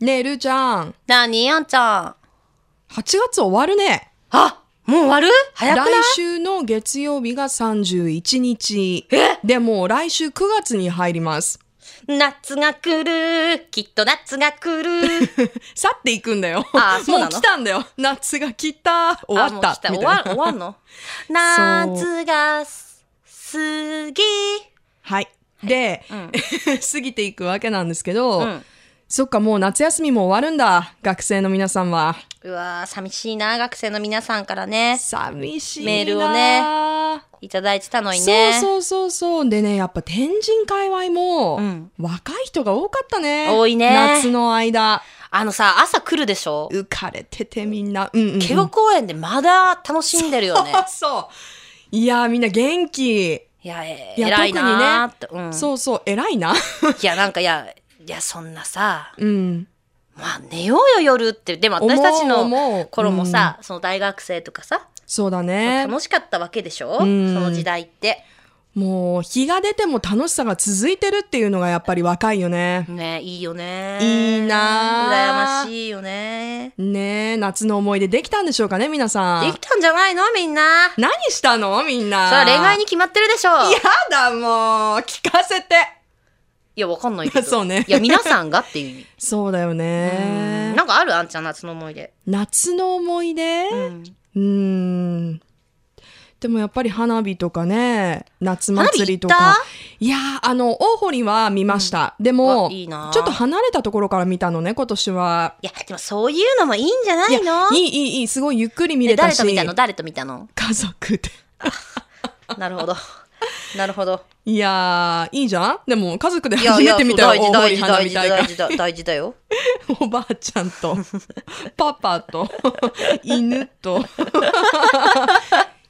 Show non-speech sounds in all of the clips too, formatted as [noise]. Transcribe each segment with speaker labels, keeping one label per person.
Speaker 1: ねえ、ルーちゃん。
Speaker 2: なにやんちゃ
Speaker 1: 8
Speaker 2: ん。
Speaker 1: 月終わるね。
Speaker 2: あもう終わる早
Speaker 1: 来
Speaker 2: くない
Speaker 1: 週の月曜日が31日。
Speaker 2: え
Speaker 1: でも、来週9月に入ります。
Speaker 2: 夏が来る。きっと夏が来る。
Speaker 1: 去っていくんだよ。
Speaker 2: あそうな
Speaker 1: もう
Speaker 2: の
Speaker 1: 来たんだよ。夏が来た。終わ
Speaker 2: あもう
Speaker 1: っ
Speaker 2: 来
Speaker 1: た。
Speaker 2: た
Speaker 1: み
Speaker 2: [laughs] 終
Speaker 1: たい
Speaker 2: わ
Speaker 1: な。
Speaker 2: 終わん [laughs] の夏がす過ぎ。
Speaker 1: はい。で、
Speaker 2: ん
Speaker 1: [laughs] 過ぎていくわけなんですけど、
Speaker 2: うん。
Speaker 1: そっか、もう夏休みも終わるんだ。学生の皆さんは。
Speaker 2: うわー、寂しいな。学生の皆さんからね。
Speaker 1: 寂しいな。
Speaker 2: メールをね。いただいてたのにね。う
Speaker 1: そうそうそうそう。でね、やっぱ天神界隈も、
Speaker 2: うん
Speaker 1: 若い人が多かったね。
Speaker 2: 多いね
Speaker 1: 夏の間。
Speaker 2: あのさ、朝来るでしょ
Speaker 1: 浮かれててみんな。うんうん、うん。
Speaker 2: ケゴ公園でまだ楽しんでるよ [laughs] ね。
Speaker 1: あそう。いやーみんな元気。
Speaker 2: いや、え
Speaker 1: いや
Speaker 2: 偉いなーって。うん。
Speaker 1: そうそう、偉いな。
Speaker 2: いや、なんか、いや、いや、そんなさ、
Speaker 1: うん。
Speaker 2: まあ寝ようよ夜ってでも私たち
Speaker 1: 思う思
Speaker 2: の
Speaker 1: う
Speaker 2: 頃もさ、その大学生とかさ
Speaker 1: [laughs] そうだね。
Speaker 2: 楽しかったわけでしょ、
Speaker 1: ん
Speaker 2: その時代って
Speaker 1: もう、日が出ても楽しさが続いてるっていうのがやっぱり若いよね。
Speaker 2: ねいいよね
Speaker 1: いいなあ
Speaker 2: 羨ましいよね
Speaker 1: ねえ、夏の思い出できたんでしょうかね、皆さん。
Speaker 2: できたんじゃないのみんな
Speaker 1: 何したのみんな。
Speaker 2: さあ恋愛に決まってるでしょい
Speaker 1: やだ、もう。聞かせて。
Speaker 2: やわかんないけど
Speaker 1: そうね
Speaker 2: いや皆さんがっていう意味
Speaker 1: [laughs] そうだよね。
Speaker 2: なんかあるあんちゃん夏の思い出、
Speaker 1: 夏の思い出
Speaker 2: う
Speaker 1: うんーん。でもやっぱり花火とかね、夏
Speaker 2: 花火
Speaker 1: 祭
Speaker 2: 行
Speaker 1: り
Speaker 2: っ
Speaker 1: と
Speaker 2: た
Speaker 1: か。いやー、あの、大堀は見ました。でも
Speaker 2: あいいな
Speaker 1: ちょっと離れたところから見たのね、今年は。
Speaker 2: いやでもそういうのもいいんじゃない
Speaker 1: いや
Speaker 2: の、
Speaker 1: いい、いい、いい、すごいゆっくり見
Speaker 2: で
Speaker 1: れた
Speaker 2: 誰
Speaker 1: し。
Speaker 2: と見たの誰と見
Speaker 1: [laughs]
Speaker 2: たの
Speaker 1: 家族で。
Speaker 2: なるほどなるほど
Speaker 1: いやー、いいじゃんでも、家族で
Speaker 2: いや
Speaker 1: 初
Speaker 2: い
Speaker 1: め
Speaker 2: や
Speaker 1: て見た
Speaker 2: そう
Speaker 1: よ、大
Speaker 2: 大
Speaker 1: 堀
Speaker 2: 事
Speaker 1: 花
Speaker 2: 大
Speaker 1: 火
Speaker 2: 事
Speaker 1: 大
Speaker 2: 大
Speaker 1: 会。
Speaker 2: 事だ大事だよ [laughs]
Speaker 1: おばあちゃんと、パパと、犬と。 [laughs]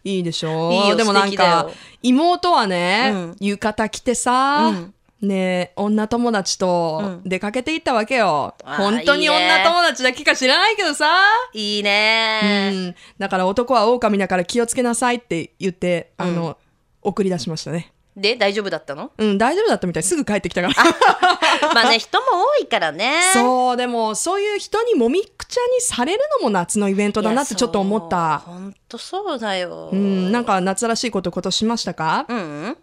Speaker 1: いいでしょ
Speaker 2: いいよ
Speaker 1: でもなん
Speaker 2: 素
Speaker 1: か
Speaker 2: 敵だよ、
Speaker 1: 妹はね、
Speaker 2: うん
Speaker 1: 浴衣着てさ、
Speaker 2: うん
Speaker 1: ねえ女友達と出かけていったわけよ。
Speaker 2: あー
Speaker 1: 本当
Speaker 2: い
Speaker 1: に
Speaker 2: いね
Speaker 1: 女友達だけか知らないけどさ。
Speaker 2: いいうね
Speaker 1: ん、だから男は狼だから気をつけなさいって言って、あの、送り出しましたね。
Speaker 2: で大丈夫だったの
Speaker 1: うん、大丈夫だったみたい。すぐ帰ってきたから。
Speaker 2: ま
Speaker 1: [laughs]
Speaker 2: あね人も多いからね
Speaker 1: そうでもそういう人にもみくちゃにされるのも夏のイベントだなってちょっと思った
Speaker 2: 本当そうだよ
Speaker 1: うんなんか夏らしいこと今年しましたか、
Speaker 2: うんうん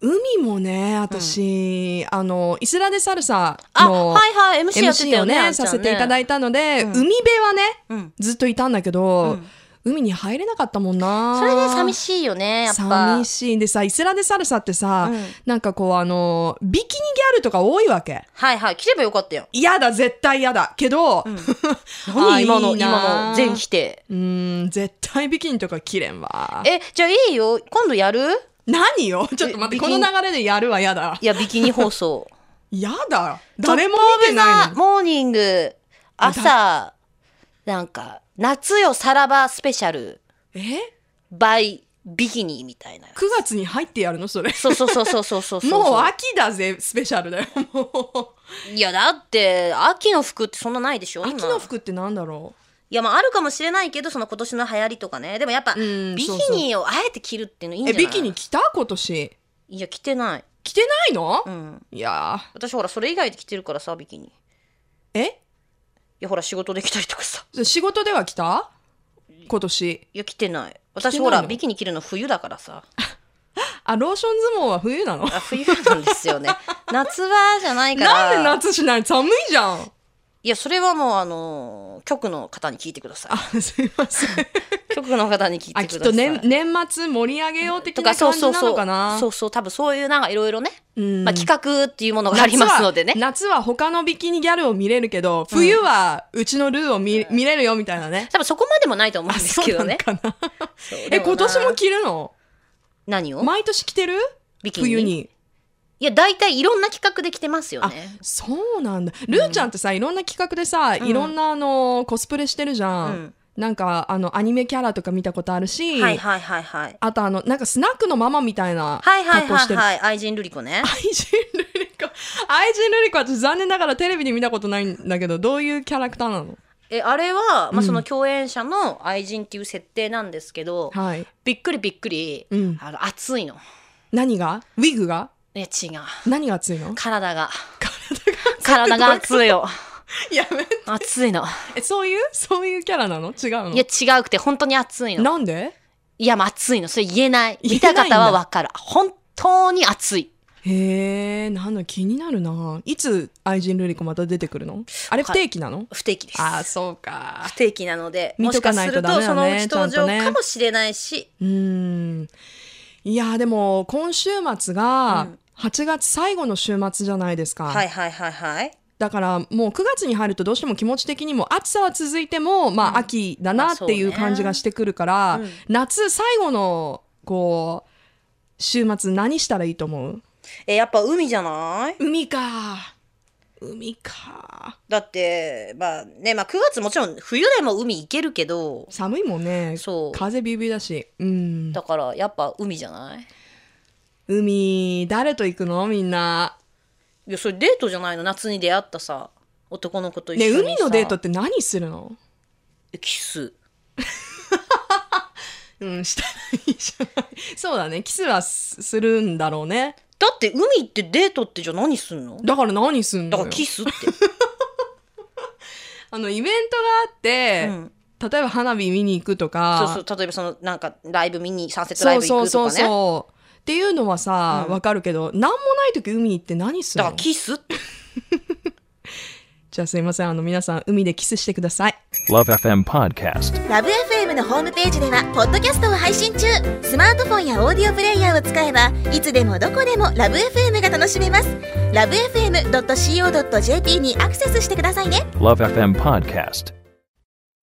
Speaker 1: 海もね私、あのイスラデサルサ
Speaker 2: あ
Speaker 1: の
Speaker 2: はいはい MC やってた
Speaker 1: MC を
Speaker 2: よね
Speaker 1: ね
Speaker 2: あんちゃ
Speaker 1: さ
Speaker 2: ん
Speaker 1: せていただいたので、
Speaker 2: うん
Speaker 1: 海辺はね
Speaker 2: うん
Speaker 1: ずっといたんだけど、海に入れなかったもんな
Speaker 2: それね寂しいよねやっぱ
Speaker 1: 寂しいでさイスラデサルサってさ、
Speaker 2: うん
Speaker 1: なんかこうあのビキニギャルとか多いわけ
Speaker 2: はいはい来ればよかったよ
Speaker 1: 嫌だ絶対嫌だけど、 [laughs] あ
Speaker 2: 何今の
Speaker 1: いいな
Speaker 2: 今の全否定
Speaker 1: うーん、絶対ビキニとか着れんわ。
Speaker 2: えじゃあいいよ今度やる
Speaker 1: 何よちょっと待っ
Speaker 2: えビ
Speaker 1: て、
Speaker 2: キ
Speaker 1: こ
Speaker 2: ニ
Speaker 1: の流れでやるはやだ
Speaker 2: い。やビキニ放送
Speaker 1: やだ。 [laughs] 誰も見て
Speaker 2: ト
Speaker 1: な
Speaker 2: ップオブザ
Speaker 1: いの。
Speaker 2: モーニング朝なんか夏よさらばスペシャル
Speaker 1: え
Speaker 2: by ビキニみたいな
Speaker 1: ?9 月に入ってやるのそれ。
Speaker 2: そうそうそうそうそうそうそう
Speaker 1: もう秋だぜ、スペシャル
Speaker 2: [laughs]
Speaker 1: だよ。も
Speaker 2: いやだって秋の服ってそんなないでしょ
Speaker 1: う。
Speaker 2: 今
Speaker 1: 秋の服ってなんだろ
Speaker 2: いやまああるかもしれないけどその今年の流行りとかねでもやっぱ
Speaker 1: ん
Speaker 2: ビキニをあえて着るっていうのいいん
Speaker 1: う。え、
Speaker 2: じゃない
Speaker 1: ビキニ着た今年。
Speaker 2: いや着てない
Speaker 1: 着てないの
Speaker 2: うん
Speaker 1: いや
Speaker 2: 私ほらそれ以外で着てるからさビキニい
Speaker 1: ー。え
Speaker 2: やほら仕事で着たりとかさ
Speaker 1: それ仕事では着た今年。
Speaker 2: いや着てない
Speaker 1: 着て
Speaker 2: 私
Speaker 1: ないの
Speaker 2: ほらビキニ着るの冬だからさ
Speaker 1: あ、ローション相撲は冬なの
Speaker 2: あ冬なんですよ
Speaker 1: [laughs]
Speaker 2: ね夏はじゃないから
Speaker 1: なんで夏しない寒いじゃ
Speaker 2: [laughs]
Speaker 1: ん。
Speaker 2: いやそれはもうあのー局の方に聞いてください
Speaker 1: あ、すいません。
Speaker 2: 局の方に聞いてくださ
Speaker 1: あ、
Speaker 2: い
Speaker 1: きっと年、年末盛り上げよう的
Speaker 2: と
Speaker 1: な
Speaker 2: かそ
Speaker 1: 感
Speaker 2: う
Speaker 1: じ
Speaker 2: そう
Speaker 1: な
Speaker 2: そ
Speaker 1: の
Speaker 2: う
Speaker 1: かな。
Speaker 2: そうそう多分そういうなんかいろいろね、
Speaker 1: うん
Speaker 2: まあ、企画っていうものがありますのでね
Speaker 1: 夏は夏は他のビキニギャルを見れるけど、冬はうちのルーを見,、見れるよみたいなね。
Speaker 2: 多分そこまでもないと思うんですけどね
Speaker 1: そうなのかな。
Speaker 2: そうで
Speaker 1: え、
Speaker 2: な
Speaker 1: 今年も着るの
Speaker 2: 何を
Speaker 1: 毎年着てる
Speaker 2: ビキニ
Speaker 1: 冬に。
Speaker 2: いや大体いろんな企画で来てますよ
Speaker 1: あ
Speaker 2: ね、
Speaker 1: そうなんだ。ルーちゃんってさ、いろんな企画でさ、いろんなあの、コスプレしてるじゃん。
Speaker 2: うん
Speaker 1: なんか、あの、アニメキャラとか見たことあるし、
Speaker 2: はいはいはいはい
Speaker 1: あとあの、なんかスナックのママみたいな
Speaker 2: はいは
Speaker 1: 格
Speaker 2: い
Speaker 1: 好
Speaker 2: は
Speaker 1: し
Speaker 2: い
Speaker 1: てる。
Speaker 2: はい愛人ルリコね
Speaker 1: 愛人ルリコ。愛人ルリコは私残念ながらテレビで見たことないんだけど、どういうキャラクターなの
Speaker 2: えあれは、まあ、その共演者の愛人っていう設定なんですけど、
Speaker 1: はい。
Speaker 2: びっくりびっくり、
Speaker 1: うん
Speaker 2: あの暑いの
Speaker 1: 何がウィッグが
Speaker 2: いや違う
Speaker 1: 何が熱いの
Speaker 2: 体が体が熱いよ
Speaker 1: やめ
Speaker 2: 暑いの。
Speaker 1: えそういうそういうキャラなの違うの
Speaker 2: いや、違うくて、本当に暑いの。
Speaker 1: なんで
Speaker 2: いや、まあ暑いの。それ言えない。
Speaker 1: 言え
Speaker 2: 見
Speaker 1: ない
Speaker 2: た
Speaker 1: んだ
Speaker 2: 方はわかる。本当に暑い。
Speaker 1: へえなんだ気になるないつ愛人ルリコまた出てくるのあれ不定期なの
Speaker 2: 不定期です。
Speaker 1: あーそうか
Speaker 2: 不定期なので、
Speaker 1: 見
Speaker 2: も
Speaker 1: と
Speaker 2: し
Speaker 1: か
Speaker 2: か
Speaker 1: な
Speaker 2: す
Speaker 1: いと
Speaker 2: る
Speaker 1: ダ
Speaker 2: と
Speaker 1: メ
Speaker 2: そ
Speaker 1: だね
Speaker 2: のうち登
Speaker 1: ちゃんとね
Speaker 2: 場かもしれないし、
Speaker 1: うーんいやーでも今週末が8月最後の週末じゃないですか、
Speaker 2: はいはいはいはい。
Speaker 1: だからもう9月に入るとどうしても気持ち的にも暑さは続いても、まあ、秋だなっていう
Speaker 2: まあそうね
Speaker 1: 感じがしてくるから、
Speaker 2: うん
Speaker 1: 夏最後のこう週末何したらいいと思う
Speaker 2: え、やっぱ海じゃない
Speaker 1: 海か海か
Speaker 2: だって、まあね、まあ9月もちろん冬でも海行けるけど、
Speaker 1: 寒いもんね
Speaker 2: そう。
Speaker 1: 風ビュービューだしうん
Speaker 2: だからやっぱ海じゃない
Speaker 1: 海誰と行くのみんない
Speaker 2: や、それデートじゃないの夏に出会ったさ、男の子と一
Speaker 1: ね
Speaker 2: 緒にさ。
Speaker 1: 海のデートって何するの
Speaker 2: キス。
Speaker 1: うんしたらいいじゃないそうだねキスはすするんだろうね
Speaker 2: だって海ってデートってじゃあ何すんの
Speaker 1: だから何すん
Speaker 2: だ
Speaker 1: の
Speaker 2: か
Speaker 1: よ
Speaker 2: らキスって。
Speaker 1: あのイベントがあって、
Speaker 2: うん
Speaker 1: 例えば花火見に行くとか
Speaker 2: そうそう、例えばそのなんかライブ見に、サンセットライブ行くとかね。
Speaker 1: そうっていうのはさ、
Speaker 2: うん
Speaker 1: わかるけど何もない時海行って何す
Speaker 2: だ
Speaker 1: る
Speaker 2: か
Speaker 1: の
Speaker 2: らキスって。
Speaker 1: じゃあすいませんあの皆さん海でキスしてください
Speaker 3: Love FM Podcast.
Speaker 4: ラブ f m のホームページではポッドキャストを配信中スマートフォンやオーディオプレイヤーを使えばいつでもどこでもラブ f m が楽しめますラブ FM.co.jp にアクセスしてくださいね
Speaker 3: Love FM Podcast.